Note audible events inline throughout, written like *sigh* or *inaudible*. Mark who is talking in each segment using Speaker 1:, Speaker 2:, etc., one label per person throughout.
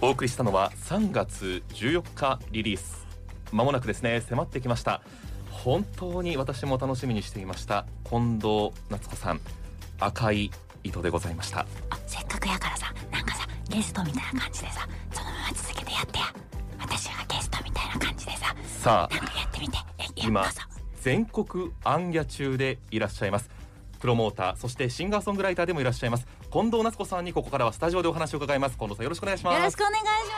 Speaker 1: お送りしたのは3月14日リリースまもなくですね迫ってきました本当に私も楽しみにしていました近藤夏子さん赤い糸でございました
Speaker 2: あせっかくやからさなんかさゲストみたいな感じでさそのまま続けてやってや私がゲストみたいな感じでさ
Speaker 1: さ
Speaker 2: なんかやってみてえや
Speaker 1: 今
Speaker 2: どうぞ
Speaker 1: 全国アンギャ中でいらっしゃいますプロモーターそしてシンガーソングライターでもいらっしゃいます近藤夏子さんにここからはスタジオでお話を伺います近藤さんよろしくお願いします
Speaker 3: よろしくお願いします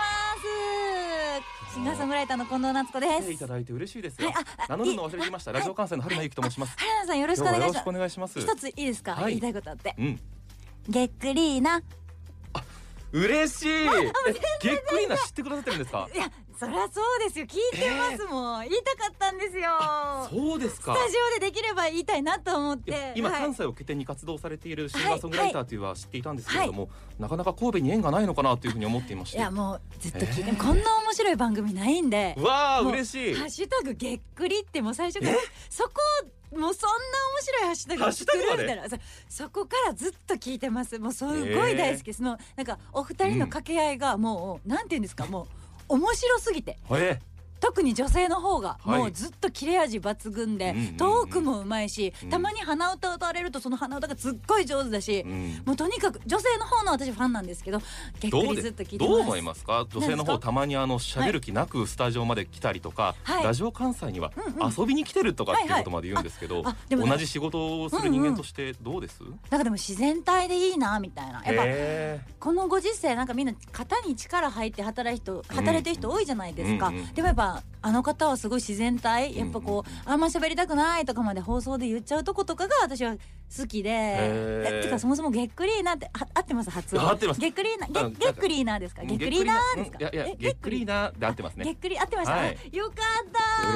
Speaker 3: シンガーソングライターの近藤夏子で
Speaker 1: 来てい
Speaker 3: す
Speaker 1: ただいて嬉しいですよ
Speaker 3: はいあ
Speaker 1: 名
Speaker 3: あ
Speaker 1: 乗るの忘れていましたラジオ関西の春名由紀と申します
Speaker 3: 原田さんよろしくお
Speaker 1: 今日は
Speaker 3: 願
Speaker 1: よろ
Speaker 3: いし
Speaker 1: し
Speaker 3: ま
Speaker 1: くお願いします
Speaker 3: す一ついいですか、
Speaker 1: はい
Speaker 3: 言いたいことあって
Speaker 1: うん
Speaker 3: げっくりーな
Speaker 1: 嬉
Speaker 3: *laughs*
Speaker 1: しいえぎっくりな知ってくださってるんですか
Speaker 3: いやそりゃそうですよ聞いてますもん、言いたかったんですよ
Speaker 1: そうですか
Speaker 3: スタジオでできれば言いたいなと思っ
Speaker 1: いや
Speaker 3: て
Speaker 1: 今
Speaker 3: はい
Speaker 1: 関西を拠点に活動されているシンガーソングライターというのは知っていたんですけれども、なかなか神戸に縁がないのかなというふうに思っていまし
Speaker 3: い
Speaker 1: て
Speaker 3: やもうずっと聞いて、
Speaker 1: えー
Speaker 3: こんな面白い番組ないんで
Speaker 1: わあ
Speaker 3: もう
Speaker 1: 嬉しい
Speaker 3: ハッシュタグげっくりってもう最初からそこもうそんな面白いハッシュタグ作るみたいなそそこからずっと聞いてますもうすごい大好きです、そのなんかお二人の掛け合いがもう、なんて言うんですかもう面白すぎて
Speaker 1: え
Speaker 3: 特に女性の方が
Speaker 1: はい
Speaker 3: もうずっと切れ味抜群で、
Speaker 1: うんうんうん
Speaker 3: トークもうまいし、
Speaker 1: うん
Speaker 3: たまに鼻歌歌われるとその鼻歌がすっごい上手だし、
Speaker 1: うん
Speaker 3: もうとにかく女性の方の私ファンなんですけどげっく
Speaker 1: どう
Speaker 3: りず
Speaker 1: で
Speaker 3: っと聞いてま
Speaker 1: ど
Speaker 3: す
Speaker 1: う思いますか女性の
Speaker 3: 何です
Speaker 1: 方
Speaker 3: か
Speaker 1: たまにあの喋る気なくスタジオまで来たりとか、
Speaker 3: はい
Speaker 1: ラジオ関西には
Speaker 3: うんうん
Speaker 1: 遊びに来てるとかっていうことまで言うんですけど、
Speaker 3: はいはいあでもね
Speaker 1: 同じ仕事をする人間としてどうです、
Speaker 3: なんかでも自然体でいいなみたいなやっぱ
Speaker 1: へ
Speaker 3: このご時世なんかみんな肩に力入って働い人働いてる人多いじゃないですか、
Speaker 1: うんうん
Speaker 3: でもやっぱあの方はすごい自然体やっぱこう、あんま喋りたくないとかまで放送で言っちゃうとことかが私は好きで、
Speaker 1: へー
Speaker 3: えてかそもそもげっくりーなってあ合ってます発音
Speaker 1: 合ってます
Speaker 3: げっくりーな
Speaker 1: うん
Speaker 3: げげっくりーなですか
Speaker 1: ー
Speaker 3: げっくりーなですか
Speaker 1: いやいや
Speaker 3: え
Speaker 1: げっくりなで合ってます
Speaker 3: げっ
Speaker 1: ね
Speaker 3: くり合ってました、
Speaker 1: はい
Speaker 3: よかっ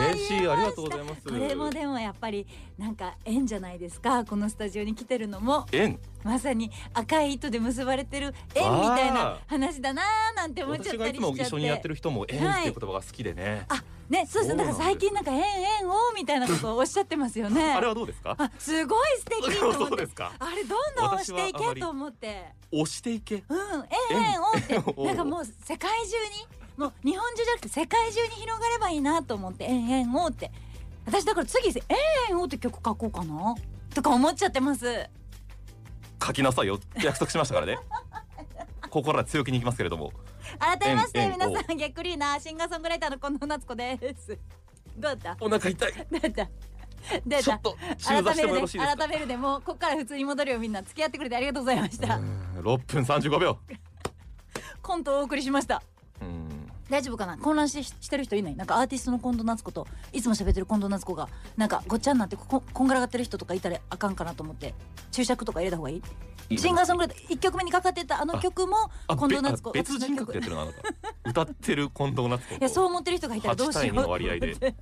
Speaker 3: た
Speaker 1: 嬉しい
Speaker 3: 言えま
Speaker 1: あ
Speaker 3: た
Speaker 1: りがとうございます
Speaker 3: これもでもやっぱりなんか縁じゃないですかこのスタジオに来てるのも
Speaker 1: 縁
Speaker 3: まさに赤い糸で結ばれてる縁みたいな
Speaker 1: あ
Speaker 3: 話だなーなんて思っちゃ
Speaker 1: 私
Speaker 3: った
Speaker 1: がい
Speaker 3: り
Speaker 1: つ
Speaker 3: しちゃ
Speaker 1: も
Speaker 3: って
Speaker 1: 一緒にやってる人も縁っていう言葉が好きでね、
Speaker 3: あねそうですねだから最近なんか縁縁をみたいなことをおっしゃってますよね
Speaker 1: あれはどうですか
Speaker 3: あすごい素敵と思
Speaker 1: そ
Speaker 3: っ
Speaker 1: う
Speaker 3: て
Speaker 1: ですか
Speaker 3: あれどんどん押していけと思って
Speaker 1: 押していけ
Speaker 3: うん縁縁をって
Speaker 1: おう
Speaker 3: なんかもう世界中にもう日本中じゃなくて世界中に広がればいいなと思って縁縁をって私だから次縁縁をって曲書こうかなとか思っちゃってます
Speaker 1: 書きなさいよ約束しましたから
Speaker 3: *laughs*
Speaker 1: ねここから強気に行きますけれども
Speaker 3: 改めまして
Speaker 1: 縁縁
Speaker 3: 皆さんぎっくりなシンガーソングライターの近藤夏子ですどうだった
Speaker 1: お腹痛い
Speaker 3: どうだったどう
Speaker 1: ちょ
Speaker 3: だ
Speaker 1: っ
Speaker 3: った
Speaker 1: と中
Speaker 3: 改
Speaker 1: 座してもよ
Speaker 3: め
Speaker 1: ろ
Speaker 3: る
Speaker 1: し
Speaker 3: で
Speaker 1: いですか
Speaker 3: 改めるでもうここから普通に戻るよみんな付き合ってくれてありがとうございました
Speaker 1: うーん6分35秒
Speaker 3: コントをお送りしました
Speaker 1: うーん
Speaker 3: 大丈夫かな混乱ししてる人いないなんかアーティストの近藤夏子といつも喋ってる近藤夏子がなんかごっちゃになってこここんがらがってる人とかいたらあかんかなと思って注釈とか入れた方がいいシンガーソングライター1曲目にかかってたあの曲も
Speaker 1: あ
Speaker 3: 近藤夏子
Speaker 1: べあ別人格でやってるのあなた歌ってる近藤夏子と
Speaker 3: いやそう思ってる人がいたらどうしよう
Speaker 1: 8対2の割合で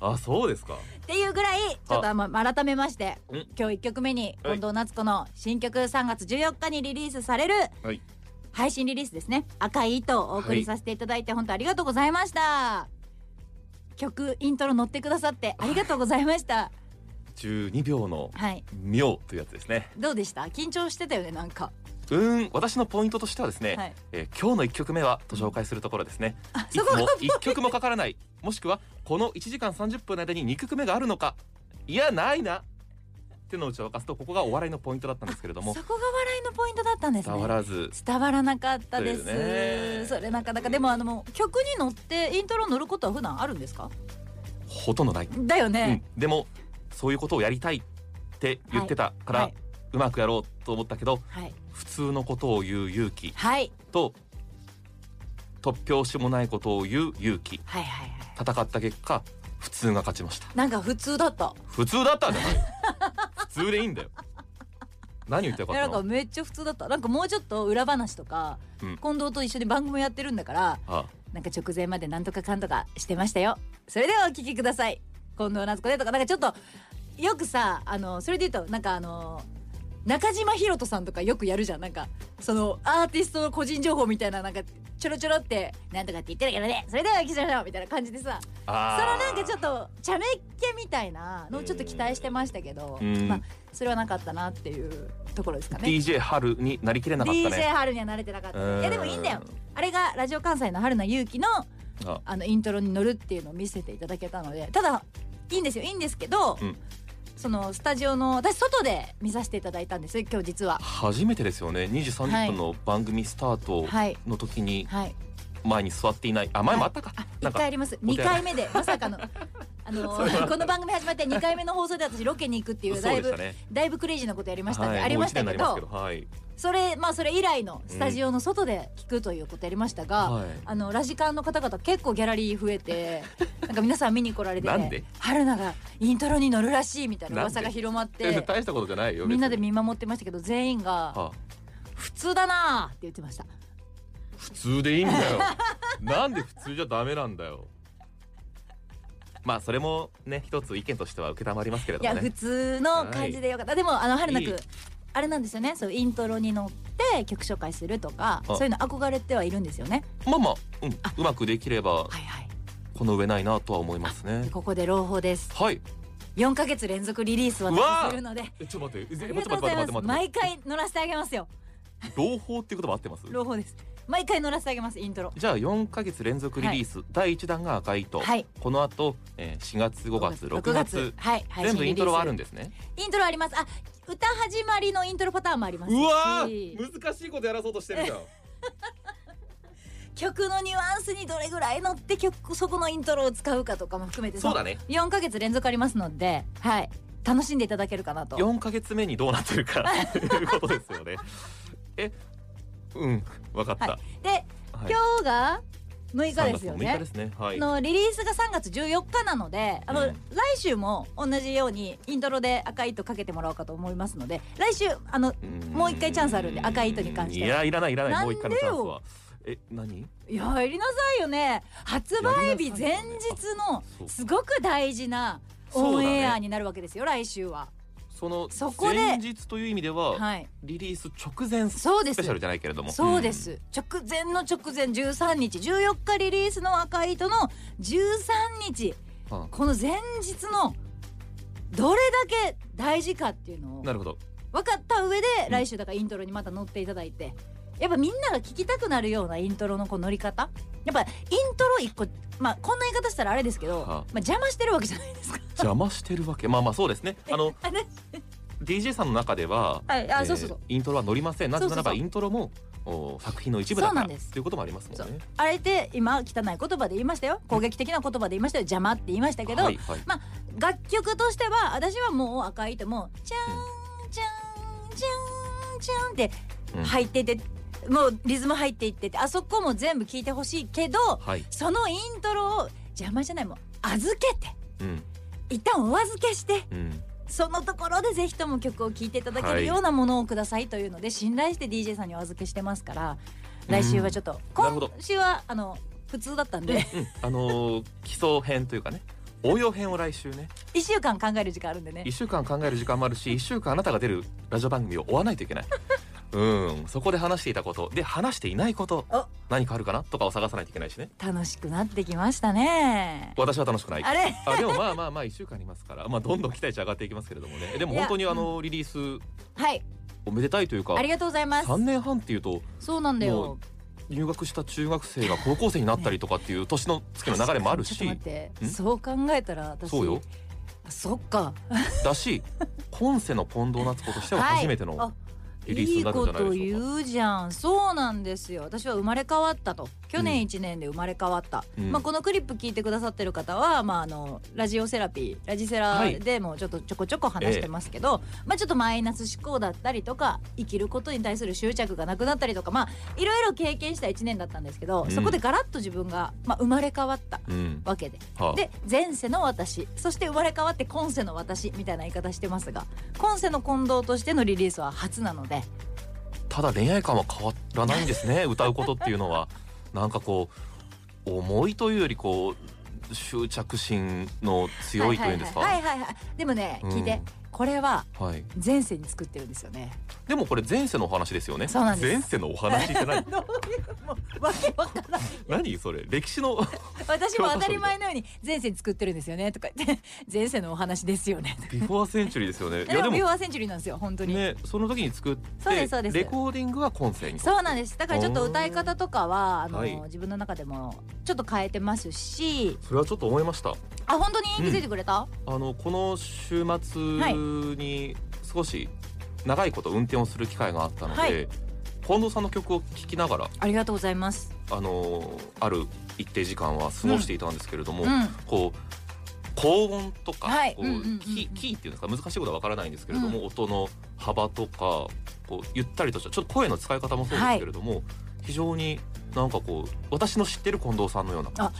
Speaker 1: あそうですか
Speaker 3: っていうぐらいちょっとあまあ改めまして
Speaker 1: うん
Speaker 3: 今日1曲目に近藤夏子の新曲3月14日にリリースされる
Speaker 1: はい
Speaker 3: 配信リリースですね「赤い糸」をお送りさせていただいて本当ありがとうございました曲イントロ乗ってくださってありがとうございました
Speaker 1: 12秒の
Speaker 3: はい
Speaker 1: 妙というやつですね
Speaker 3: どうでした緊張してたよねなんか
Speaker 1: うーん私のポイントとしてはですね、
Speaker 3: はい
Speaker 1: えー今日の1曲目はと紹介するところですね
Speaker 3: あ
Speaker 1: い
Speaker 3: そ
Speaker 1: つ
Speaker 3: こが
Speaker 1: も1曲もかからないもしくはこの1時間30分の間に2曲目があるのかいやないなってのをちを明かすとここがお笑いのポイントだったんですけれども
Speaker 3: そこが笑いのポイントだったんです
Speaker 1: 伝
Speaker 3: ね
Speaker 1: わらず
Speaker 3: 伝わらなかったで
Speaker 1: というね
Speaker 3: すそれなかなかでもあのもう曲に乗ってイントロ乗ることは普段あるんですか
Speaker 1: ほとんどない、
Speaker 3: だよ
Speaker 1: う
Speaker 3: ね
Speaker 1: ん、でもそういうことをやりたいって言ってたから、
Speaker 3: はいう
Speaker 1: まくやろうと思ったけど
Speaker 3: はい
Speaker 1: 普通のことを言う勇気
Speaker 3: はい
Speaker 1: と突拍子もないことを言う勇気
Speaker 3: はいはいはい
Speaker 1: 戦った結果普通が勝ちました
Speaker 3: なんか普通だった。
Speaker 1: 普通だったんじゃない普通でいいんだよ何言ってよ
Speaker 3: い
Speaker 1: かっ
Speaker 3: や
Speaker 1: た
Speaker 3: なんか
Speaker 1: の
Speaker 3: めっちゃ普通だった。なんかもうちょっと裏話とか、
Speaker 1: うん
Speaker 3: 近藤と一緒に番組やってるんだから、
Speaker 1: ああ
Speaker 3: なんか直前までなんとかかんとかしてましたよ。それではお聞きください。近藤夏子でとかなんかちょっとよくさあのそれで言うとなんかあの。中島ひろとさんとかよくやるじゃんなんかそのアーティストの個人情報みたいななんかちょろちょろってなんとかって言ってるけどねそれでは行きましょうみたいな感じでさその
Speaker 1: あ
Speaker 3: なんかちょっ
Speaker 1: と
Speaker 3: と茶目っ気みたいなのをちょっと期待してましたけど、
Speaker 1: うん
Speaker 3: まあそれはなかったなっていうところですかね
Speaker 1: DJ 春になりきれなかった
Speaker 3: DJ
Speaker 1: ね
Speaker 3: 春には慣れてなかった
Speaker 1: う
Speaker 3: ね
Speaker 1: ん
Speaker 3: いやでもいいんだよあれがラジオ関西の春名優輝の
Speaker 1: あ
Speaker 3: あのイントロに乗るっていうのを見せていただけたのでただいいんですよいいんですけど、
Speaker 1: うん
Speaker 3: そのスタジオの私外で見させていただいたんですよ今日実は
Speaker 1: 初めてですよね2時
Speaker 3: はい
Speaker 1: 30分の番組スタート
Speaker 3: はい
Speaker 1: の時に
Speaker 3: はい
Speaker 1: 前に座っていないあ前もあったか、
Speaker 3: あ
Speaker 1: な
Speaker 3: 一
Speaker 1: ん
Speaker 3: 回
Speaker 1: か
Speaker 3: あります
Speaker 1: お
Speaker 3: 二
Speaker 1: 手洗い
Speaker 3: 回目でまさかのあ
Speaker 1: *laughs*
Speaker 3: の
Speaker 1: それは
Speaker 3: この番組始まって二回目の放送で私ロケに行くっていうだ
Speaker 1: そう
Speaker 3: い
Speaker 1: でし
Speaker 3: ぶ
Speaker 1: たね
Speaker 3: だいぶクレイジーなことやりましたんで、
Speaker 1: はい
Speaker 3: ありましたけ
Speaker 1: もう一年になります
Speaker 3: ど
Speaker 1: けどはい
Speaker 3: それまあそれ以来のスタジオの外で聞くということやりましたが、
Speaker 1: はい
Speaker 3: あのラジカンの方々結構ギャラリー増
Speaker 1: *laughs*
Speaker 3: えてなんか皆さん見に来られてて
Speaker 1: なんで
Speaker 3: 春菜がイントロに乗るらしいみたいな
Speaker 1: な
Speaker 3: 噂
Speaker 1: ん
Speaker 3: が
Speaker 1: で
Speaker 3: 広まっ
Speaker 1: え
Speaker 3: て
Speaker 1: *laughs* 大したことじゃないよ
Speaker 3: みんなで
Speaker 1: 別に
Speaker 3: 見守ってましたけど全員が
Speaker 1: あ
Speaker 3: 「普通だな」って言ってました
Speaker 1: 普通でいいんだよ *laughs* なんで普通じゃダメなんだよまあそれもね一つ意見としては承りますけれ
Speaker 3: い
Speaker 1: ど
Speaker 3: や
Speaker 1: も
Speaker 3: 普
Speaker 1: ね
Speaker 3: 通の感じでよかった、でもあの春菜くん
Speaker 1: いい
Speaker 3: あれなんですよねそうイントロに乗って曲紹介するとか
Speaker 1: あ
Speaker 3: そういうの憧れてはいるんですよね
Speaker 1: まあまあ、うん、うまくできれば
Speaker 3: はいはい
Speaker 1: この上ないなとは思いますね
Speaker 3: でここで朗報です
Speaker 1: はい
Speaker 3: 4ヶ月連続リリースを
Speaker 1: うわー
Speaker 3: するので
Speaker 1: えちょっと待って
Speaker 3: あ
Speaker 1: え
Speaker 3: り
Speaker 1: 待
Speaker 3: が
Speaker 1: って待っ
Speaker 3: とうござ
Speaker 1: て待
Speaker 3: いま
Speaker 1: って待っ
Speaker 3: す
Speaker 1: て待っ
Speaker 3: 毎回乗らせてあげますよ
Speaker 1: て朗報っていう言葉合ってます
Speaker 3: 朗報です毎回乗らせてあげますイントロ
Speaker 1: じゃあ4ヶ月連続リリース、第一弾が赤い糸、
Speaker 3: はい
Speaker 1: この後、えー、4月5月6月
Speaker 3: はい配
Speaker 1: 全
Speaker 3: 信
Speaker 1: 部イ
Speaker 3: リリ
Speaker 1: ント
Speaker 3: ース
Speaker 1: ロはあるんですね
Speaker 3: イントロありますあ歌始まりのイントロパターンもありますし
Speaker 1: ー難しいことやらそうとしてるじゃん
Speaker 3: 曲のニュアンスにどれぐらい乗って曲そこのイントロを使うかとかも含めて
Speaker 1: そうだね
Speaker 3: 4ヶ月連続ありますのではい楽しんでいただけるかなと
Speaker 1: 4ヶ月目にどうなって
Speaker 3: *laughs*
Speaker 1: るかということですよねえうんわかった、
Speaker 3: は
Speaker 1: はい
Speaker 3: で、今日が6日ですよ
Speaker 1: 3月の6日
Speaker 3: ね
Speaker 1: ですねはい
Speaker 3: のリリースが3月14日なのであの、
Speaker 1: うん
Speaker 3: 来週も同じようにイントロで赤い糸かけてもらおうかと思いますので来週あのもう一回チャンスあるんで赤い糸に関してはい
Speaker 1: やいらないいらないもう一回のチャンス
Speaker 3: な
Speaker 1: はえ何
Speaker 3: いややりなさいよね発売
Speaker 1: や
Speaker 3: 日
Speaker 1: りなさい
Speaker 3: 前
Speaker 1: よね
Speaker 3: 日の
Speaker 1: そう
Speaker 3: すごく大事な
Speaker 1: そ
Speaker 3: オ
Speaker 1: う
Speaker 3: ン
Speaker 1: だ
Speaker 3: エア
Speaker 1: ね
Speaker 3: になるわけですよ来週は
Speaker 1: その
Speaker 3: そこで
Speaker 1: 前日という意味では、
Speaker 3: はい
Speaker 1: リリース直前ス
Speaker 3: そうです
Speaker 1: ペシャルじゃないけれども
Speaker 3: そうです、直前の直前13日14日リリースの赤い糸の13日
Speaker 1: うんあ
Speaker 3: この前日のどれだけ大事かっていうのを
Speaker 1: なるほど
Speaker 3: 分かった上で
Speaker 1: ん
Speaker 3: 来週だからイントロにまた乗っていただいて、やっぱみんなが聞きたくなるようなイントロのこう乗り方やっぱイントロ一個まあこんな言い方したらあれですけど、
Speaker 1: はあ
Speaker 3: まあ、邪魔してるわけじゃないですか。
Speaker 1: 邪魔してるわけまあまあそうですねあ
Speaker 3: *laughs*
Speaker 1: の
Speaker 3: あね
Speaker 1: DJ さんの中では
Speaker 3: はいあ
Speaker 1: えー
Speaker 3: そうそうそう
Speaker 1: イントロは乗りませんなぜなら
Speaker 3: そうそう
Speaker 1: ば
Speaker 3: そう
Speaker 1: イントロもお作品の一部だ
Speaker 3: そう
Speaker 1: か
Speaker 3: な
Speaker 1: ら
Speaker 3: んです
Speaker 1: ということもありますもんね
Speaker 3: あれって今汚い言葉で言いましたよ攻撃的な言葉で言いましたよ邪魔って言いましたけど、
Speaker 1: はいはい
Speaker 3: 楽曲としては私はもう赤い糸も「チャーンチャーンチャーンチャーン」って
Speaker 1: うん
Speaker 3: 入っていて、もうリズム入っていっててあそこも全部聞いてほしいけど
Speaker 1: はい
Speaker 3: そのイントロを邪魔じゃないもう預けて
Speaker 1: うん
Speaker 3: 一旦お預けして
Speaker 1: うん
Speaker 3: そのところでぜひとも曲を聴いていただけ
Speaker 1: は
Speaker 3: る
Speaker 1: い
Speaker 3: ようなものをくださいというので信頼して DJ さんにお預けしてますから来週はちょっと
Speaker 1: なるほ
Speaker 3: 今
Speaker 1: ど
Speaker 3: 週はあの普通だったんで
Speaker 1: うんあのー *laughs* 基礎編というかね応用編を来週ね
Speaker 3: 1週間考える時間あるんでね
Speaker 1: 1週間考える時間もあるし1週
Speaker 3: *laughs*
Speaker 1: 間あなたが出るラジオ番組を追わないといけないうんそこで話していたことで話していないこと
Speaker 3: お
Speaker 1: 何かあるかなとかを探さないといけないしね
Speaker 3: 楽しくなってきましたね。
Speaker 1: 私は楽しくない
Speaker 3: あれ
Speaker 1: あでもまあまあまあ1週間ありますからまあどんどん期待値上がっていきますけれどもねでも
Speaker 3: いや
Speaker 1: 本当にあのリリース
Speaker 3: はい
Speaker 1: おめでたいというか
Speaker 3: ありがとうございます
Speaker 1: 3年半っていうと
Speaker 3: そうなんだ
Speaker 1: も
Speaker 3: よ
Speaker 1: う入学した中学生が高校生になったりとかっていう年の月の流れもある
Speaker 3: 確かに
Speaker 1: し
Speaker 3: ちょっと待って
Speaker 1: ん
Speaker 3: そう考えたら私
Speaker 1: そうよ
Speaker 3: あそっか
Speaker 1: だ
Speaker 3: *laughs*
Speaker 1: し今世の近藤夏子としては初めて
Speaker 3: はい
Speaker 1: の
Speaker 3: あ
Speaker 1: リリース
Speaker 3: い
Speaker 1: に
Speaker 3: い
Speaker 1: なるんじ
Speaker 3: こ
Speaker 1: ゃない
Speaker 3: と
Speaker 1: でしょうか。
Speaker 3: 言うじゃんそうなんですよ私は生まれ変わったと去
Speaker 1: う
Speaker 3: 年
Speaker 1: ん
Speaker 3: 1年で生まれ変わった、
Speaker 1: うん
Speaker 3: まあ、このクリップ聞いてくださってる方は、まあ、あのラジオセラピーラジセラ
Speaker 1: はい
Speaker 3: でもちょっとちょこちょこ話してますけど、まあ、ちょっとマイナス思考だったりとか生きることに対する執着がなくなったりとかまあいろいろ経験した1年だったんですけど、
Speaker 1: うん
Speaker 3: そこでガラッと自分が、まあ、生まれ変わった
Speaker 1: うん
Speaker 3: わけで
Speaker 1: はあ
Speaker 3: で前世の私そして生まれ変わって今世の私みたいな言い方してますが今世の近藤としてのリリースは初なので
Speaker 1: ただ恋愛感は変わらないんです
Speaker 3: *laughs*
Speaker 1: ね歌うことっていうのはなんかこう思いというよりこう執着心の強いというんですか、
Speaker 3: はいはいはいはいはいはいでもね、
Speaker 1: うん
Speaker 3: 聞いてこれは
Speaker 1: はい。
Speaker 3: 前世に作ってるんです
Speaker 1: *laughs*
Speaker 3: よね
Speaker 1: でもこれ前世のお話ですよね。
Speaker 3: そうなんです
Speaker 1: 前世のお話って
Speaker 3: *laughs*
Speaker 1: 何
Speaker 3: もうわけわからない
Speaker 1: 何それ歴史の *laughs*
Speaker 3: 私も当たり前のように前世に作ってるんですよねとか言って *laughs* 前世のお話ですよね
Speaker 1: ビフォーセンチュリーですよね。い
Speaker 3: で
Speaker 1: やで
Speaker 3: もビュ
Speaker 1: も
Speaker 3: ーアーセンチュリーなんですよ本当に、
Speaker 1: ねその時に作っ
Speaker 3: そうですそう
Speaker 1: て
Speaker 3: です
Speaker 1: レコーディングは今世に。
Speaker 3: そうなんですだからちょっと歌い方とかはあの、
Speaker 1: はい
Speaker 3: 自分の中でもちょっと変えてますし
Speaker 1: それはちょっと思いました。
Speaker 3: あ本当に気づいてくれた、
Speaker 1: あのこの週末に少し長いこと運転をする機会があったので、
Speaker 3: はい
Speaker 1: 近藤さんの曲を聴きながら
Speaker 3: ありがとうございます
Speaker 1: あのある一定時間は過ごしていたんですけれども、
Speaker 3: うん
Speaker 1: こう高音とか、
Speaker 3: はい
Speaker 1: こう
Speaker 3: うんうんうんうん
Speaker 1: キキーっていうんですか難しいことはわからないんですけれども、音の幅とかこうゆったりとしたちょっと声の使い方もそうですけれども、非常になんかこう私の知ってる近藤さんのような感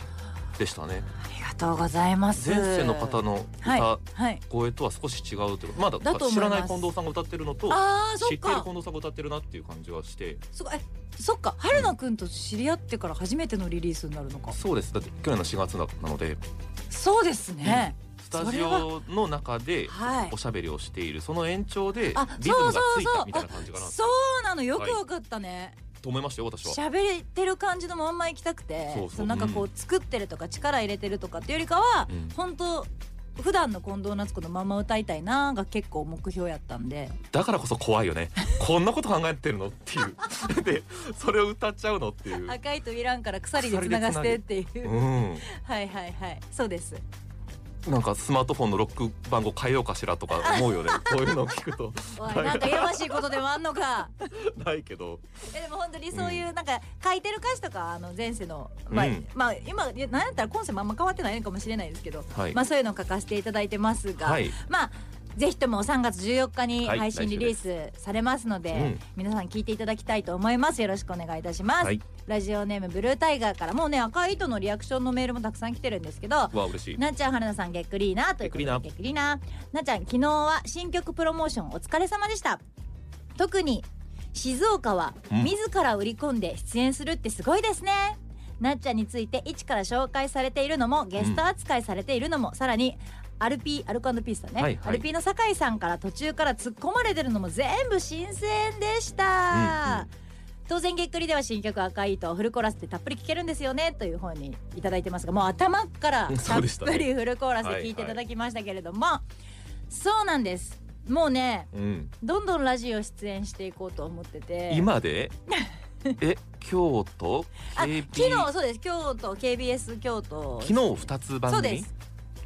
Speaker 1: じでしたね。
Speaker 3: ありがとうございます
Speaker 1: 前世の方の歌、
Speaker 3: はい、はい、
Speaker 1: 声とは少し違うというかまだ
Speaker 3: だと思います
Speaker 1: 知らない近藤さんが歌ってるのと
Speaker 3: あーそ
Speaker 1: 知
Speaker 3: っ
Speaker 1: ってる
Speaker 3: か
Speaker 1: 近藤さんが歌ってるなっていう感じはして
Speaker 3: すごいえそっか春菜くんと知り合ってから初めてのリリースになるのか
Speaker 1: そうですだって去年の4月ななので
Speaker 3: そうですね、
Speaker 1: スタジオの中で
Speaker 3: はい
Speaker 1: おしゃべりをしているその延長で
Speaker 3: あ
Speaker 1: リズムがつ
Speaker 3: そうそう
Speaker 1: い
Speaker 3: そう
Speaker 1: たみたいな感じかな
Speaker 3: そうなのよくわかったね、
Speaker 1: と思いましたよ私は。
Speaker 3: 喋ってる感じのまんま行きたくて
Speaker 1: そうそう
Speaker 3: のなんかこ
Speaker 1: う
Speaker 3: う作ってるとか力入れてるとかっていうよりかは、
Speaker 1: うん
Speaker 3: 本当普段の近藤夏子のまんま歌いたいなが結構目標やったんで
Speaker 1: だからこそ怖いよ
Speaker 3: *laughs*
Speaker 1: ねこんなこと考えてるのっていうでそれを歌っちゃうのっていう、
Speaker 3: 赤いといらんから鎖でつながせてっていう、
Speaker 1: うん、
Speaker 3: *laughs* はいはいはいそうです
Speaker 1: なんかスマートフォンのロック番号変えようかしらとか思うよねこういうのを聞くと
Speaker 3: おいなんかやましいことでもあんの
Speaker 1: *laughs*
Speaker 3: か
Speaker 1: ないけ
Speaker 3: *laughs*
Speaker 1: ど
Speaker 3: えでも本当にそういうなんか書いてる歌詞とかあの前世の、まあ
Speaker 1: うん
Speaker 3: まあ今いやなんやったら今世もあんま変わってないのかもしれないですけど、
Speaker 1: はい、
Speaker 3: まあそういうの書かせていただいてますが、
Speaker 1: はい
Speaker 3: まあぜひとも3月14日に
Speaker 1: はい
Speaker 3: 配信リリースされますので,、
Speaker 1: うん
Speaker 3: 皆さん聞いていただきたいと思いますよろしくお願いいたします、
Speaker 1: はい
Speaker 3: ラジオネームブルータイガーからもうね赤い糸のリアクションのメールもたくさん来てるんですけど
Speaker 1: わあ嬉しい
Speaker 3: なっちゃんはるなさんげっくりーなということでげっくりーななっちゃん昨日は新曲プロモーションお疲れ様でした特に静岡は
Speaker 1: うん
Speaker 3: 自ら売り込んで出演するってすごいですね、なっちゃんについて一から紹介されているのもゲスト扱いされているのも、さらにアルピーアルコピースだね、
Speaker 1: はいはい
Speaker 3: アルピーの酒井さんから途中から突っ込まれてるのも全部新鮮でした、
Speaker 1: うん
Speaker 3: 当然げっくりでは新曲赤い糸をフルコーラスでたっぷり聴けるんですよねという方にいただいてますがもう頭から
Speaker 1: うん
Speaker 3: た
Speaker 1: そ
Speaker 3: っ
Speaker 1: うでしたね
Speaker 3: ぷりフルコーラスで聴いていただきましたけれども、そうなんですもうね
Speaker 1: うん
Speaker 3: どんどんラジオ出演していこうと思ってて
Speaker 1: 今
Speaker 3: *laughs*
Speaker 1: でえ京都
Speaker 3: あ
Speaker 1: KB
Speaker 3: 昨日そうです京都 KBS 京都
Speaker 1: 昨日二つ
Speaker 3: そう
Speaker 1: 番
Speaker 3: で
Speaker 1: 組
Speaker 3: す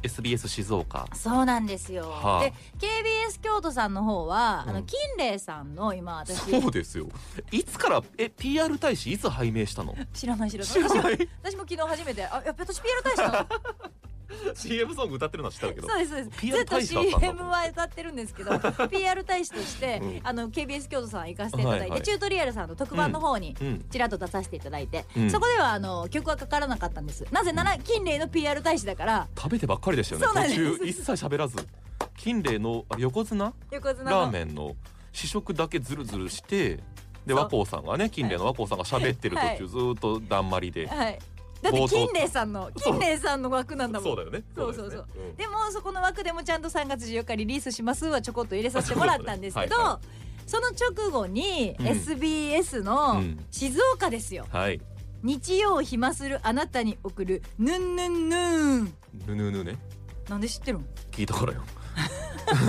Speaker 1: SBS 静岡
Speaker 3: そうなんですよ、
Speaker 1: はあ
Speaker 3: で KBS 京都さんの方は、あ
Speaker 1: う
Speaker 3: の
Speaker 1: ん
Speaker 3: 金麗さんの今私
Speaker 1: そうですよいつからえ PR 大使いつ拝命したの
Speaker 3: 知らない知らない
Speaker 1: 知らない
Speaker 3: 私も私も昨日初めてあやっぱ私 PR 大使なの
Speaker 1: CM ソング歌ってるのは知ったけど
Speaker 3: そうですそうです
Speaker 1: PR
Speaker 3: ずっと
Speaker 1: 大使だったんだ
Speaker 3: CM は歌ってるんですけど
Speaker 1: *laughs*
Speaker 3: PR 大使として、
Speaker 1: うん
Speaker 3: あの KBS 京都さん行かせていただいて、
Speaker 1: はいはい
Speaker 3: チュートリアルさんの特番の方に、
Speaker 1: うん
Speaker 3: ちらっと出させていただいて、
Speaker 1: うん
Speaker 3: そこではあの曲はかからなかったんですなぜなら金麗の PR 大使だから
Speaker 1: 食べてばっかりでしたよね
Speaker 3: そうなんで
Speaker 1: 途
Speaker 3: す
Speaker 1: 中一切喋らず金麗のあれ横綱
Speaker 3: 横綱の
Speaker 1: ラーメンの試食だけズルズルしてで
Speaker 3: そう
Speaker 1: 和光さんがね金麗の和光さんが喋ってる
Speaker 3: はい
Speaker 1: 途中ずっとだんまりで、
Speaker 3: はいだって
Speaker 1: 冒頭
Speaker 3: 金麗さんの金麗さんの枠なんだもん
Speaker 1: そうだよね
Speaker 3: そうそうそう
Speaker 1: だよねん
Speaker 3: でもそこの枠でもちゃんと3月14日リリースしますはちょこっと入れさせてもらったんですけど
Speaker 1: はいは
Speaker 3: その直後に
Speaker 1: うん
Speaker 3: SBS の
Speaker 1: うん
Speaker 3: 静岡ですよ、
Speaker 1: はい
Speaker 3: 日曜を暇するあなたに送るヌンヌンヌーン
Speaker 1: ぬぬぬね
Speaker 3: なんで知ってるの
Speaker 1: 聞いた
Speaker 3: *laughs*
Speaker 1: からよ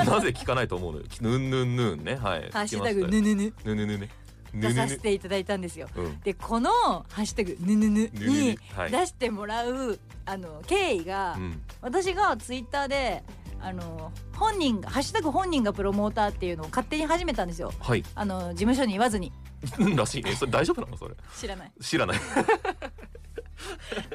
Speaker 1: なぜ聞かないと思うのよぬんぬんぬんねはい
Speaker 3: ハッシ
Speaker 1: 聞き
Speaker 3: ュ
Speaker 1: ま
Speaker 3: タ
Speaker 1: した
Speaker 3: グ
Speaker 1: よ
Speaker 3: ヌヌヌ
Speaker 1: ぬぬぬねぬ
Speaker 3: 出
Speaker 1: ぬ
Speaker 3: させ
Speaker 1: ぬ
Speaker 3: ていただいたんですよ
Speaker 1: うん
Speaker 3: でこのハッシュタグヌヌヌ
Speaker 1: ぬぬぬ
Speaker 3: に
Speaker 1: はい
Speaker 3: 出してもらうあの経緯が
Speaker 1: うん
Speaker 3: 私がツイッターであの本人がハッシュタグ本人がプロモーターっていうのを勝手に始めたんですよ
Speaker 1: はい *laughs*
Speaker 3: あの事務所に言わずに
Speaker 1: らしいねそれ大丈夫なのそれ
Speaker 3: 知らない
Speaker 1: 知らない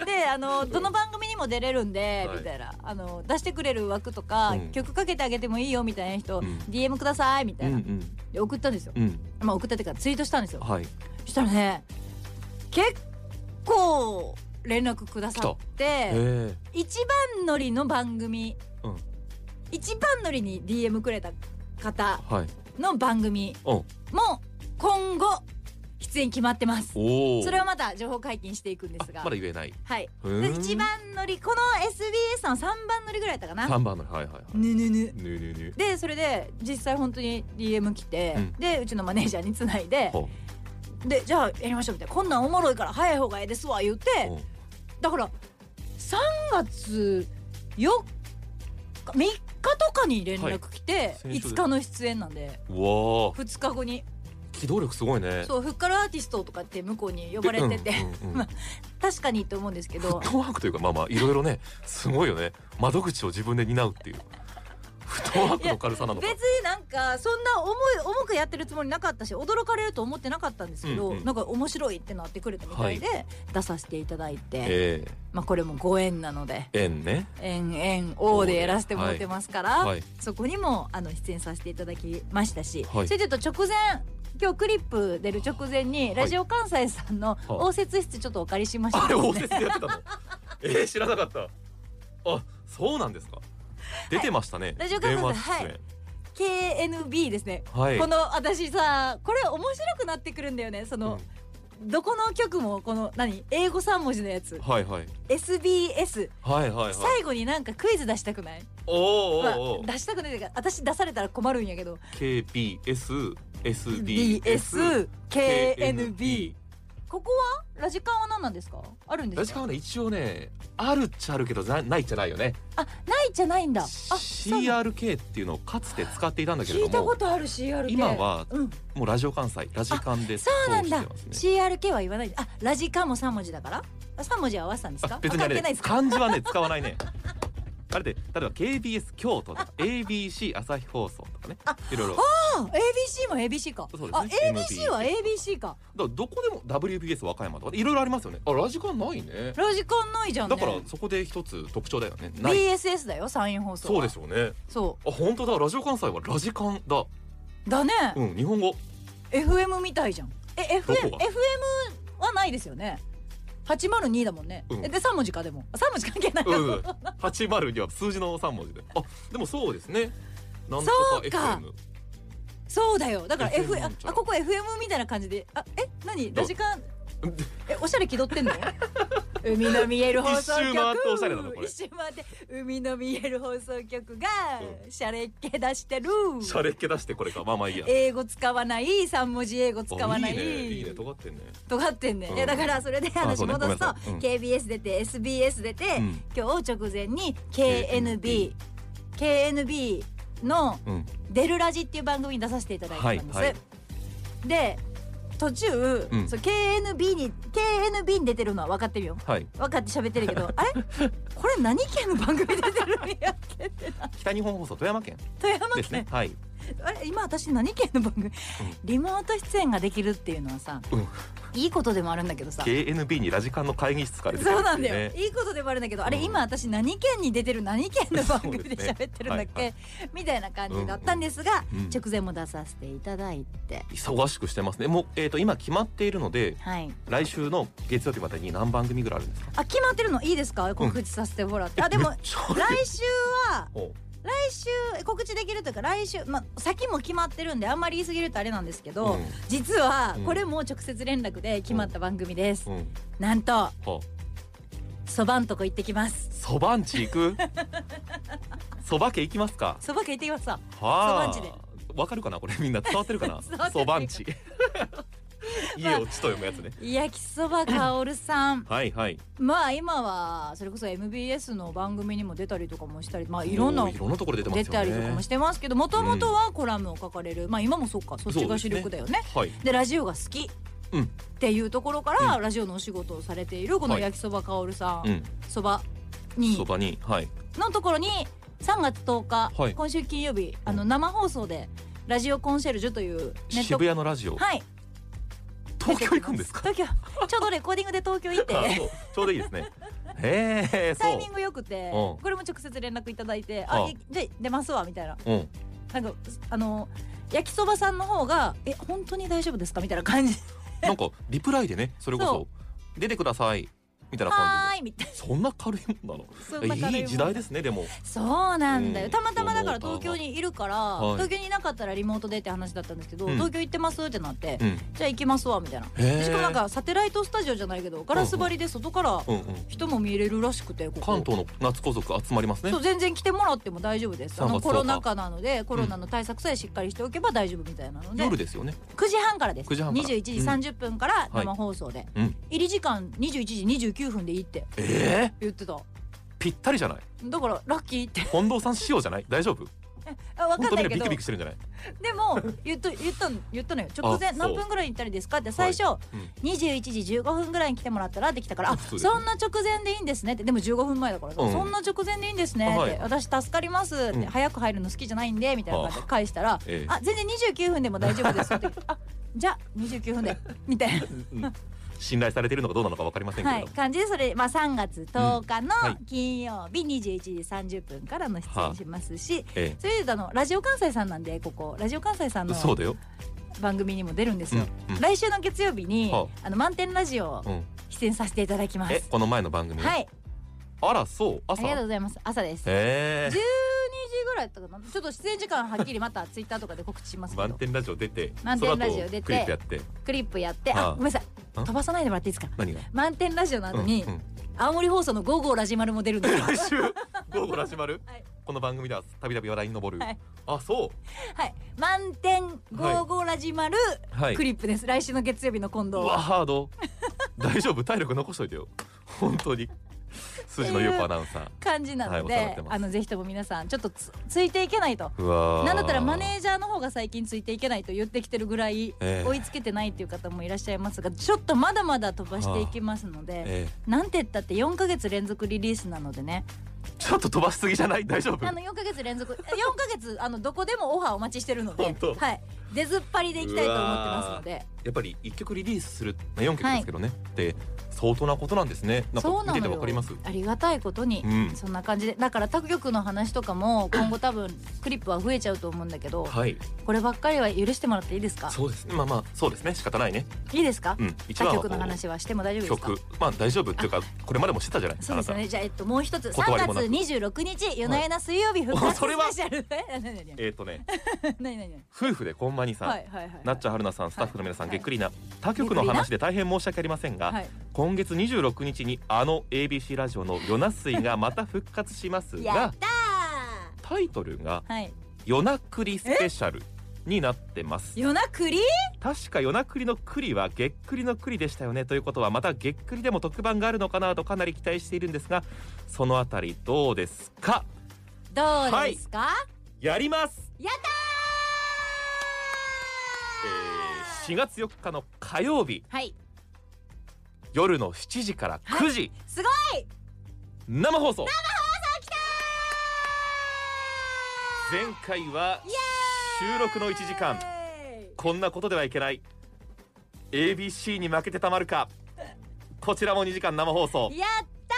Speaker 3: であのどの番組にも出れるんで、
Speaker 1: はい
Speaker 3: みたいなあの出してくれる枠とか、
Speaker 1: うん
Speaker 3: 曲かけてあげてもいいよみたいな人、
Speaker 1: うん
Speaker 3: DM くださいみた
Speaker 1: う
Speaker 3: いな、
Speaker 1: ん
Speaker 3: で送ったんですよ
Speaker 1: うんうん
Speaker 3: まあ送ったっていうかツイートしたんですよ
Speaker 1: はい
Speaker 3: そしたらね結構連絡くださっ
Speaker 1: え
Speaker 3: て
Speaker 1: え
Speaker 3: 一番乗りの番組、
Speaker 1: うん
Speaker 3: 一番乗りに DM くれた方
Speaker 1: はい
Speaker 3: の番組
Speaker 1: うん
Speaker 3: も今後出演決まってます
Speaker 1: おお
Speaker 3: それをまた情報解禁していくんですが
Speaker 1: あまだ言えない
Speaker 3: はいで
Speaker 1: 一
Speaker 3: 一番乗りこの SBS の3番乗りぐらいだったかな
Speaker 1: 三番のはいはいはい
Speaker 3: ぬぬぬ
Speaker 1: ぬぬぬ
Speaker 3: でそれで実際本当に DM 来て、
Speaker 1: うん
Speaker 3: でうちのマネージャーにつないで
Speaker 1: ほ
Speaker 3: でじゃあやりましょうみたいなこんなんおもろいから早い方がええですわ言って
Speaker 1: うほう
Speaker 3: だから3月4日3日とかに連絡来て、
Speaker 1: はい
Speaker 3: 5日の出演なんで
Speaker 1: うわあ
Speaker 3: 2日後に
Speaker 1: 機動力すごいね
Speaker 3: そうフッカルアーティストとかって向こうに呼ばれてて、
Speaker 1: うんうんうん
Speaker 3: まあ *laughs* 確かにと思うんですけ
Speaker 1: フ
Speaker 3: ど
Speaker 1: ットワークというかまあまあいろいろねすごいよね窓口を自分で担うっていうフットワークの軽さなのか
Speaker 3: 別になんかそんな重い重くやってるつもりなかったし驚かれると思ってなかったんですけど、
Speaker 1: うんうん
Speaker 3: なんか面白いってなってくれたみたいで、出させていただいて、
Speaker 1: ええ
Speaker 3: まあこれもご縁なので
Speaker 1: 円ね
Speaker 3: 縁縁王でやらせてもらってますから、
Speaker 1: はい
Speaker 3: そこにもあの出演させていただきましたし、
Speaker 1: はい
Speaker 3: それで言うと直前今日クリップ出る直前にラジオ関西さんの応接室ちょっとお借りしました
Speaker 1: あ
Speaker 3: で
Speaker 1: れ
Speaker 3: すね
Speaker 1: 応接でやってたの *laughs* えー、知らなかったあそうなんですか出てましたね、
Speaker 3: ラジオ関西
Speaker 1: 電話出演
Speaker 3: KNB ですね、
Speaker 1: はい
Speaker 3: この私さこれ面白くなってくるんだよねその、どこの曲もこの何英語3文字のやつ
Speaker 1: うんはいはい
Speaker 3: SBS
Speaker 1: はいはいはい
Speaker 3: 最後になんかクイズ出したくない、
Speaker 1: おーおーお
Speaker 3: まあ、出したくないっていうか私出されたら困るんやけど
Speaker 1: KBSSDSKNB
Speaker 3: BSKNB ここはラジカンは何なんですかあるんで
Speaker 1: ラ
Speaker 3: す
Speaker 1: ジ
Speaker 3: か
Speaker 1: カンはね一応ねあるっちゃあるけどなないっちゃないよね
Speaker 3: あないじゃないんだあそうなんだ
Speaker 1: CRK っていうのをかつて使っていたんだけれ
Speaker 3: 聞
Speaker 1: ど
Speaker 3: いた
Speaker 1: も
Speaker 3: ことある CRK
Speaker 1: 今は
Speaker 3: うん
Speaker 1: もうラジオ関西ラジカンで
Speaker 3: そうなんだ
Speaker 1: 通してますね
Speaker 3: CRK は言わないあラジカンも3文字だからあ3文字は合わせたんです
Speaker 1: あ
Speaker 3: か
Speaker 1: 別にあ
Speaker 3: あ関係
Speaker 1: れ
Speaker 3: ないですか
Speaker 1: 漢字はね使わないねあれで例えば KBS 京都とか ABC 朝日放送とかねいろいろ
Speaker 3: あ ABC も ABC か
Speaker 1: そう
Speaker 3: あ
Speaker 1: ですね
Speaker 3: ABC は ABC か
Speaker 1: だからどこでも WBS 和歌山とかいろいろありますよねあラジカンないね
Speaker 3: ラジカンないじゃん、ね、
Speaker 1: だからそこで一つ特徴だよねない
Speaker 3: BSS だよ山陰放送は
Speaker 1: そうですよね
Speaker 3: そ
Speaker 1: あ本当だラジオ関西はラジカンだ
Speaker 3: うだね、
Speaker 1: うん日本語
Speaker 3: FM みたいじゃんえ FM
Speaker 1: ど
Speaker 3: FM
Speaker 1: こが
Speaker 3: はないですよね802だもんね、
Speaker 1: うん
Speaker 3: えで3文字かでも3文字関係ない、
Speaker 1: うん802は数字の3文字であでもそうですねなんと
Speaker 3: そう
Speaker 1: か
Speaker 3: か
Speaker 1: FM
Speaker 3: そうだよだから F
Speaker 1: FM
Speaker 3: ああここ FM みたいな感じであえ何
Speaker 1: ど
Speaker 3: ラ
Speaker 1: う
Speaker 3: ジカ
Speaker 1: *laughs*
Speaker 3: ンえおしゃれ気取ってんの海の見える放送局
Speaker 1: 一周回っておしゃれなのこれ
Speaker 3: 一周回って海の見える放送局が
Speaker 1: う
Speaker 3: シャレっ気出してる、
Speaker 1: しゃれっ気出してこれかまあまあいいや
Speaker 3: 英語使わない三文字英語使わない
Speaker 1: あいいねいいね尖ってんね
Speaker 3: 尖ってんね、
Speaker 1: うん
Speaker 3: いやだからそれで話
Speaker 1: そうね
Speaker 3: 戻すと、
Speaker 1: ごめんなさいうん
Speaker 3: KBS 出て SBS 出て、
Speaker 1: うん
Speaker 3: 今日直前に KNB KNB の
Speaker 1: うん
Speaker 3: 「デルラジ」っていう番組に出させていただいてたんです、
Speaker 1: はいは
Speaker 3: で途中、
Speaker 1: うん
Speaker 3: そう KNB に KNB に出てるのは分かってるよ
Speaker 1: はい
Speaker 3: 分かって喋ってる
Speaker 1: *laughs*
Speaker 3: けどあれこれ何県の番組出てるんやっけってな
Speaker 1: 北日本放送富山県
Speaker 3: 富山
Speaker 1: です
Speaker 3: 県、
Speaker 1: ねはい
Speaker 3: あれ今私何県の番組、リモート出演ができるっていうのはさ、
Speaker 1: うん
Speaker 3: いいことでもあるんだけどさ
Speaker 1: KNB にラジカンの会議室から出てくる
Speaker 3: そうな
Speaker 1: っ
Speaker 3: ん
Speaker 1: て
Speaker 3: だ
Speaker 1: い
Speaker 3: よ、
Speaker 1: ね
Speaker 3: いいことでもあるんだけどあれ
Speaker 1: うん
Speaker 3: 今私何県に出てる何県の番組
Speaker 1: そう
Speaker 3: で
Speaker 1: ですね
Speaker 3: 喋ってるんだっけ、
Speaker 1: はいは
Speaker 3: みたいな感じだったんですが、
Speaker 1: うんうん
Speaker 3: 直前も出させていただいて、
Speaker 1: 忙しくしてますねもうえっと今決まっているので
Speaker 3: はい
Speaker 1: 来週の月曜日までに何番組ぐらいあるんですか
Speaker 3: あ決まってるのいいですか告知させてもらって、あでも
Speaker 1: めっ
Speaker 3: 来
Speaker 1: ちゃある
Speaker 3: 週は
Speaker 1: おう
Speaker 3: 来週告知できるというか来週まあ先も決まってるんであんまり言い過ぎるとあれなんですけど、
Speaker 1: うん
Speaker 3: 実は
Speaker 1: うん
Speaker 3: これも直接連絡で決まった番組です、
Speaker 1: うん
Speaker 3: なんと
Speaker 1: は
Speaker 3: そばんとこ行ってきます
Speaker 1: そばんち行
Speaker 3: *laughs*
Speaker 1: くそば家行きますか
Speaker 3: そば家行ってきますさ
Speaker 1: はあ。
Speaker 3: そばんちで
Speaker 1: わかるかなこれみんな伝わってるかな
Speaker 3: *laughs* 伝わってるかな
Speaker 1: そばんち家をちと読むやつね
Speaker 3: 焼きそばかおるさん
Speaker 1: はいはい
Speaker 3: まあ今はそれこそ MBS の番組にも出たりとかもしたりまあいろんな
Speaker 1: もういろんなところ出てますよ
Speaker 3: 出
Speaker 1: ね
Speaker 3: たりとかもしてますけどもともとはコラムを書かれるまあ今もそうかそっちが主力だよね。
Speaker 1: はい
Speaker 3: でラジオが好きっ
Speaker 1: うん
Speaker 3: ていうところから
Speaker 1: う
Speaker 3: ラジオのお仕事をされているこの
Speaker 1: はい
Speaker 3: 焼きそばかおるさ
Speaker 1: うんん
Speaker 3: そば
Speaker 1: そ
Speaker 3: に
Speaker 1: ばにはい
Speaker 3: のところに3月10日
Speaker 1: はい
Speaker 3: 今週金曜日あ
Speaker 1: う
Speaker 3: の生放送でラジオコンシェルジュというネット
Speaker 1: 渋谷のラジオ
Speaker 3: はい
Speaker 1: 東京行くんですか
Speaker 3: 東京ちょうどレコーディングで東京行っ
Speaker 1: *laughs* あ
Speaker 3: て
Speaker 1: そうちょうどいいです
Speaker 3: *laughs*
Speaker 1: ねへえ
Speaker 3: タ
Speaker 1: そ
Speaker 3: イミングよくて
Speaker 1: う
Speaker 3: こ
Speaker 1: ん
Speaker 3: れも直接連絡いただいて「
Speaker 1: は
Speaker 3: あ
Speaker 1: あ
Speaker 3: いじゃあ出ますわ」みたいな
Speaker 1: ううん
Speaker 3: なんかあの焼きそばさんの方が「え本当に大丈夫ですか?」みたいな感じ
Speaker 1: なんかリプライでねそれこそ
Speaker 3: そ
Speaker 1: 出てくださいみたいな感
Speaker 3: は
Speaker 1: じ
Speaker 3: ーいみたい
Speaker 1: でそんな軽いもんなの
Speaker 3: なそんな軽
Speaker 1: いい時代ですすねで
Speaker 3: *laughs*
Speaker 1: も
Speaker 3: そうなんだよ、
Speaker 1: うん
Speaker 3: たまたまだから東京にいるから、
Speaker 1: はい
Speaker 3: 東京にいなかったらリモートでって話だったんですけど、
Speaker 1: うん
Speaker 3: 東京行ってますってなって、
Speaker 1: うん
Speaker 3: じゃあ行きますわみたいな、
Speaker 1: へー
Speaker 3: しかもなんかサテライトスタジオじゃないけどガラス張りで外から
Speaker 1: うんうん
Speaker 3: 人も見れるらしくてここ
Speaker 1: 関東の夏皇族集まりますね
Speaker 3: そう全然来てもらっても大丈夫ですあ
Speaker 1: 3
Speaker 3: の
Speaker 1: 月10
Speaker 3: コロナ禍なのでコロナの対策さえしっかりしておけば大丈夫みたいなので、
Speaker 1: 夜ですよね
Speaker 3: 9時半からです
Speaker 1: 9時半から
Speaker 3: 21時30分から
Speaker 1: はい
Speaker 3: 生放送で、
Speaker 1: うん
Speaker 3: 入り時間21時29分でいいって
Speaker 1: ええ
Speaker 3: 言ってた
Speaker 1: ぴったりじゃない
Speaker 3: だからラッキーって
Speaker 1: 近藤さん仕様じゃない大
Speaker 3: *laughs*
Speaker 1: 丈夫
Speaker 3: あ
Speaker 1: 本
Speaker 3: 分かん
Speaker 1: 当み
Speaker 3: な
Speaker 1: ん
Speaker 3: い
Speaker 1: な
Speaker 3: け
Speaker 1: ビ
Speaker 3: ど
Speaker 1: クビ
Speaker 3: で
Speaker 1: クしてるんじゃない
Speaker 3: も言っと言ったの言ったのよ直前
Speaker 1: あそう
Speaker 3: 何分ぐらいに行ったらいいですかって最初、
Speaker 1: うん
Speaker 3: 21時15分ぐらいに来てもらったらできたからあ
Speaker 1: 普通
Speaker 3: そ
Speaker 1: ですね
Speaker 3: んな直前でいいんですねってでも15分前だからさ、
Speaker 1: うん
Speaker 3: そんな直前でいいんですねって、
Speaker 1: はい
Speaker 3: 私助かりますって、
Speaker 1: うん
Speaker 3: 早く入るの好きじゃないんでみたいな感じで返したら、
Speaker 1: ええ
Speaker 3: あ全然29分でも大丈夫ですって
Speaker 1: *laughs*
Speaker 3: あじゃあ29分でみたいな、
Speaker 1: うん信頼されているのかどうなのかわかりませんけ
Speaker 3: は
Speaker 1: れ
Speaker 3: い
Speaker 1: ど、、
Speaker 3: 感じでそれ、まあ、3月10日の
Speaker 1: はい
Speaker 3: 金曜日21時30分からの出演しますし、
Speaker 1: え
Speaker 3: それであのラジオ関西さんなんでここラジオ関西さん
Speaker 1: え
Speaker 3: の
Speaker 1: そうだよ、
Speaker 3: 番組にも出るんですよ。
Speaker 1: うんうん
Speaker 3: 来週の月曜日に、
Speaker 1: は
Speaker 3: あの満点ラジオ
Speaker 1: うん、
Speaker 3: 出演させていただきま
Speaker 1: え
Speaker 3: す。
Speaker 1: この前の番組、
Speaker 3: はい、
Speaker 1: あらそう
Speaker 3: あ
Speaker 1: 朝
Speaker 3: りがとうございます。朝です。
Speaker 1: え
Speaker 3: 12時ぐらいだったかな。ちょっと出演時間はっきりまたツイッターとかで告知しま
Speaker 1: え
Speaker 3: すけ
Speaker 1: 満
Speaker 3: ど、
Speaker 1: 点ラジオ出て
Speaker 3: 満点ラジオ出
Speaker 1: そ
Speaker 3: て
Speaker 1: の後クリップやって
Speaker 3: クリップやって、
Speaker 1: は
Speaker 3: あ
Speaker 1: あ
Speaker 3: ごめんなさい、
Speaker 1: ん
Speaker 3: 飛ばさないでもらっていいですか。
Speaker 1: 何が
Speaker 3: 満点ラジオの後に、
Speaker 1: うんうん
Speaker 3: 青森放送の午後ラジマルも出るんで
Speaker 1: *laughs*
Speaker 3: すよ。
Speaker 1: 来週午後ラジマル、
Speaker 3: はい
Speaker 1: この番組ではたびたび話題に上る、
Speaker 3: はい
Speaker 1: あそ
Speaker 3: はい、満点午後ラジマル、
Speaker 1: うはい
Speaker 3: クリップです。来週の月曜日の今
Speaker 1: う
Speaker 3: 度
Speaker 1: わハード大丈夫体力残しといてよ本当に筋の優子アナウンサー
Speaker 3: 感じなので、
Speaker 1: はい収まってます
Speaker 3: あのぜひとも皆さんちょっとつついていけないと。
Speaker 1: うわー
Speaker 3: なんだったらマネージャーの方が最近ついていけないと言ってきてるぐらい
Speaker 1: ええ
Speaker 3: 追いつけてないっていう方もいらっしゃいますがちょっとまだまだ飛ばしていきますので
Speaker 1: え
Speaker 3: なんて言ったって4ヶ月連続リリースなのでね
Speaker 1: えちょっと飛ばしすぎじゃない大丈夫
Speaker 3: あの4ヶ月連続4 *laughs* ヶ月あのどこでもオファーお待ちしてるので
Speaker 1: 本当
Speaker 3: はい出ずっぱりでいきたいと思ってますので
Speaker 1: やっぱり一曲リリースするまあ四曲ですけどね、って相当なことなんですねなん
Speaker 3: そ
Speaker 1: か
Speaker 3: う
Speaker 1: 見
Speaker 3: な
Speaker 1: てて
Speaker 3: の
Speaker 1: わ
Speaker 3: よ
Speaker 1: かります
Speaker 3: ありがたいことに
Speaker 1: うん
Speaker 3: そんな感じでだから他局の話と
Speaker 1: *coughs*
Speaker 3: かも今後多分クリップは増えちゃうと思うんだけど
Speaker 1: はい
Speaker 3: こればっかりは許してもらっていいですか
Speaker 1: そうですねまあまあそうですね仕方ないね
Speaker 3: いいですか
Speaker 1: うん一
Speaker 3: 他
Speaker 1: 番はこ
Speaker 3: 局
Speaker 1: う
Speaker 3: の話はしても大丈夫ですか
Speaker 1: 曲まあ大丈夫っていうかこれまでもしてたじゃない
Speaker 3: そうです
Speaker 1: あな
Speaker 3: ね。じゃあえっともう一つ三
Speaker 1: 断り
Speaker 3: 月
Speaker 1: もなく
Speaker 3: 二十六日夜な夜な水曜日復
Speaker 1: はい
Speaker 3: 活
Speaker 1: おそれは
Speaker 3: スペシャル。え何
Speaker 1: た
Speaker 3: 何
Speaker 1: えっ、とね
Speaker 3: 何何何
Speaker 1: 夫婦でこんまにさん、
Speaker 3: はいはいはい。
Speaker 1: なっちゃんはるなさんスタッフの皆さん、
Speaker 3: はい
Speaker 1: げっくりな他局の話で大変申し訳ありませんが、
Speaker 3: はい。
Speaker 1: 今月26日にあの ABC ラジオの「夜なすい」がまた復活します
Speaker 3: や
Speaker 1: が
Speaker 3: った
Speaker 1: タイトルが
Speaker 3: ー。はい。
Speaker 1: 「夜なくりスペシャル」になってます
Speaker 3: 夜なくり？
Speaker 1: 確か夜なくりのくりはげっくりのくりでしたよねということはまたげっくりでも特番があるのかなとかなり期待しているんですがそのあたりどうですか
Speaker 3: どうですか？
Speaker 1: やります
Speaker 3: やったー。
Speaker 1: 4月4日の火曜日
Speaker 3: はい。
Speaker 1: 夜の7時から9時、
Speaker 3: すごい。
Speaker 1: 生放送前回は収録の1時間こんなことではいけない ABC に負けてたまるかこちらも2時間生放送
Speaker 3: やった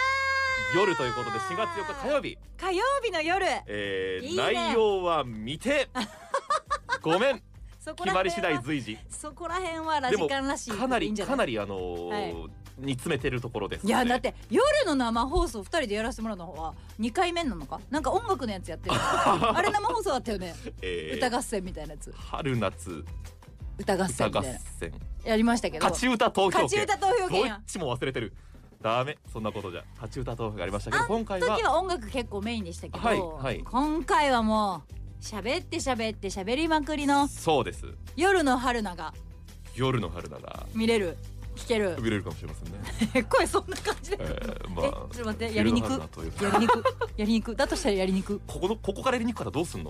Speaker 1: 夜ということで4月4日火曜日、
Speaker 3: ー。火曜日の夜。
Speaker 1: えー
Speaker 3: いいね
Speaker 1: 内容は見てごめん
Speaker 3: そ *laughs* こら
Speaker 1: 決まり次
Speaker 3: 辺
Speaker 1: 第
Speaker 3: は。
Speaker 1: 随時
Speaker 3: そこら辺はラジカンらしい。
Speaker 1: かなり
Speaker 3: いいんじゃ。
Speaker 1: かないりあのー
Speaker 3: はい
Speaker 1: 煮詰めてるところですので
Speaker 3: いやだって夜の生放送二人でやらせてもらうのは二回目なのかなんか音楽のやつやってるあれ生放送だったよね
Speaker 1: えー
Speaker 3: 歌合戦みたいなやつ
Speaker 1: 春夏
Speaker 3: 歌合
Speaker 1: 歌
Speaker 3: 戦みた
Speaker 1: 合
Speaker 3: いな
Speaker 1: 戦
Speaker 3: やりましたけど
Speaker 1: 勝ち歌投票
Speaker 3: 勝ち
Speaker 1: 権
Speaker 3: 歌投票権
Speaker 1: どっ
Speaker 3: や
Speaker 1: ちも忘れてるダメそんなことじゃ勝ち歌投票がありましたけど
Speaker 3: あん
Speaker 1: 今回は
Speaker 3: 時は音楽結構メインでしたけど、
Speaker 1: はいはい
Speaker 3: 今回はもう喋って喋って喋りまくりの
Speaker 1: そうです
Speaker 3: 夜の春菜が
Speaker 1: 夜の春なら
Speaker 3: 見れる聞ける
Speaker 1: 見れるかもしれませんね、
Speaker 3: *laughs* 声そんな感じで、
Speaker 1: えー
Speaker 3: えちょっと待ってや
Speaker 1: 昼
Speaker 3: りに
Speaker 1: の
Speaker 3: く
Speaker 1: 春菜という
Speaker 3: やりにくやりにくだとしたらやりにく
Speaker 1: ここのここからやりにくかったらどうすんの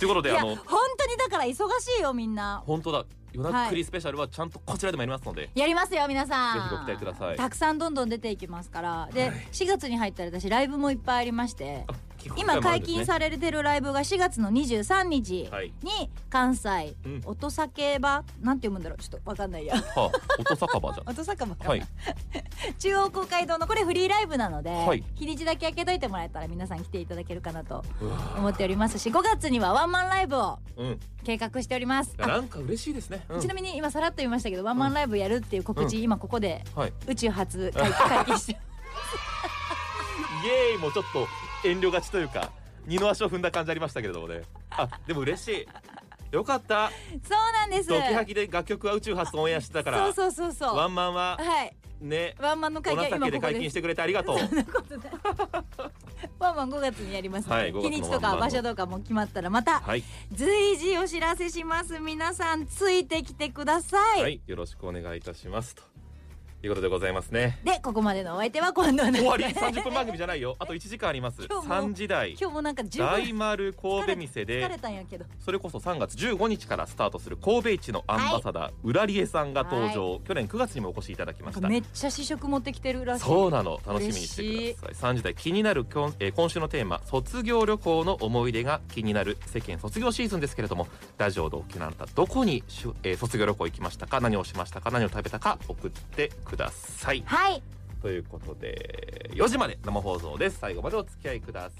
Speaker 1: ということ
Speaker 3: い
Speaker 1: で
Speaker 3: や
Speaker 1: あ
Speaker 3: 本
Speaker 1: の
Speaker 3: 当にだから忙しいよみんな
Speaker 1: 本当だ夜なっくりスペシャルはちゃんとこちらでもやりますので、
Speaker 3: やりますよ皆さん
Speaker 1: ぜひご期待ください
Speaker 3: たくさんどんどん出ていきますからで、
Speaker 1: はい
Speaker 3: 4月に入ったら私ライブもいっぱいありまして
Speaker 1: あ基本
Speaker 3: 今
Speaker 1: がまあ
Speaker 3: 解
Speaker 1: ですね
Speaker 3: 禁されてるライブが4月の23日
Speaker 1: はい
Speaker 3: に関西
Speaker 1: うん
Speaker 3: 音酒場なんて読むんだろうちょっとわか
Speaker 1: *laughs*
Speaker 3: んないや
Speaker 1: はあ、音酒場じゃ
Speaker 3: *laughs* 音酒場か
Speaker 1: ん。
Speaker 3: な
Speaker 1: はい。
Speaker 3: 中央公会堂のこれフリーライブなので、
Speaker 1: はい
Speaker 3: 日にちだけ開けといてもらえたら皆さん来ていただけるかなと
Speaker 1: うわ
Speaker 3: 思っておりますし5月にはワンマンライブを
Speaker 1: うん。
Speaker 3: 計画しておりますあ
Speaker 1: なんか嬉しいですね。うん
Speaker 3: ちなみに今さらっと言いましたけどワンマンライブやるっていう告知、今ここで
Speaker 1: はい。
Speaker 3: 宇宙
Speaker 1: *laughs*
Speaker 3: 初解解禁して
Speaker 1: イエーイもちょっと遠慮がちというか二の足を踏んだ感じありましたけれどもね。あ、でも嬉しい。よかった。
Speaker 3: そうなんです
Speaker 1: ドキハキで楽曲は宇宙発オンエアしてたから。
Speaker 3: そうそうそうそう
Speaker 1: ワンマンは
Speaker 3: はい
Speaker 1: ね、
Speaker 3: ワンマンの
Speaker 1: お
Speaker 3: 会が
Speaker 1: なた
Speaker 3: 今こ
Speaker 1: け
Speaker 3: こで
Speaker 1: です解禁してくれてありがとう。
Speaker 3: そんなことない。 *laughs* ワンマン5月にやりますので、
Speaker 1: はい5月の
Speaker 3: 日にちと
Speaker 1: ワン
Speaker 3: か
Speaker 1: マンの
Speaker 3: 場所とかも決まったらまた
Speaker 1: はい、
Speaker 3: 随時お知らせします。皆さんついてきてください。
Speaker 1: はい、よろしくお願いいたしますということでございますね。
Speaker 3: でここまでのお相手は今度の
Speaker 1: 終わり三十分番組じゃないよ。あと一時間あります
Speaker 3: 今。日も
Speaker 1: 三時台
Speaker 3: *laughs* 今日もなんか十
Speaker 1: 大
Speaker 3: 分
Speaker 1: 丸神戸店で
Speaker 3: 疲れたんやけど。
Speaker 1: それこそ3月15日からスタートする神戸市のアンバサダー、浦里江さんが登場、去年9月にもお越しいただきま
Speaker 3: なん
Speaker 1: し
Speaker 3: か
Speaker 1: た
Speaker 3: めっちゃ試食持ってきてるらしい。
Speaker 1: そうなの楽しみにしてください3時台気になる今,、えー今週のテーマ卒業旅行の思い出が気になる世間卒業シーズンですけれどもラジオでお聞きのあなたどこにしゅ、えー卒業旅行行きましたか何をしましたか何を食べたか送ってください
Speaker 3: はい。
Speaker 1: ということで4時まで生放送です最後までお付き合いくだ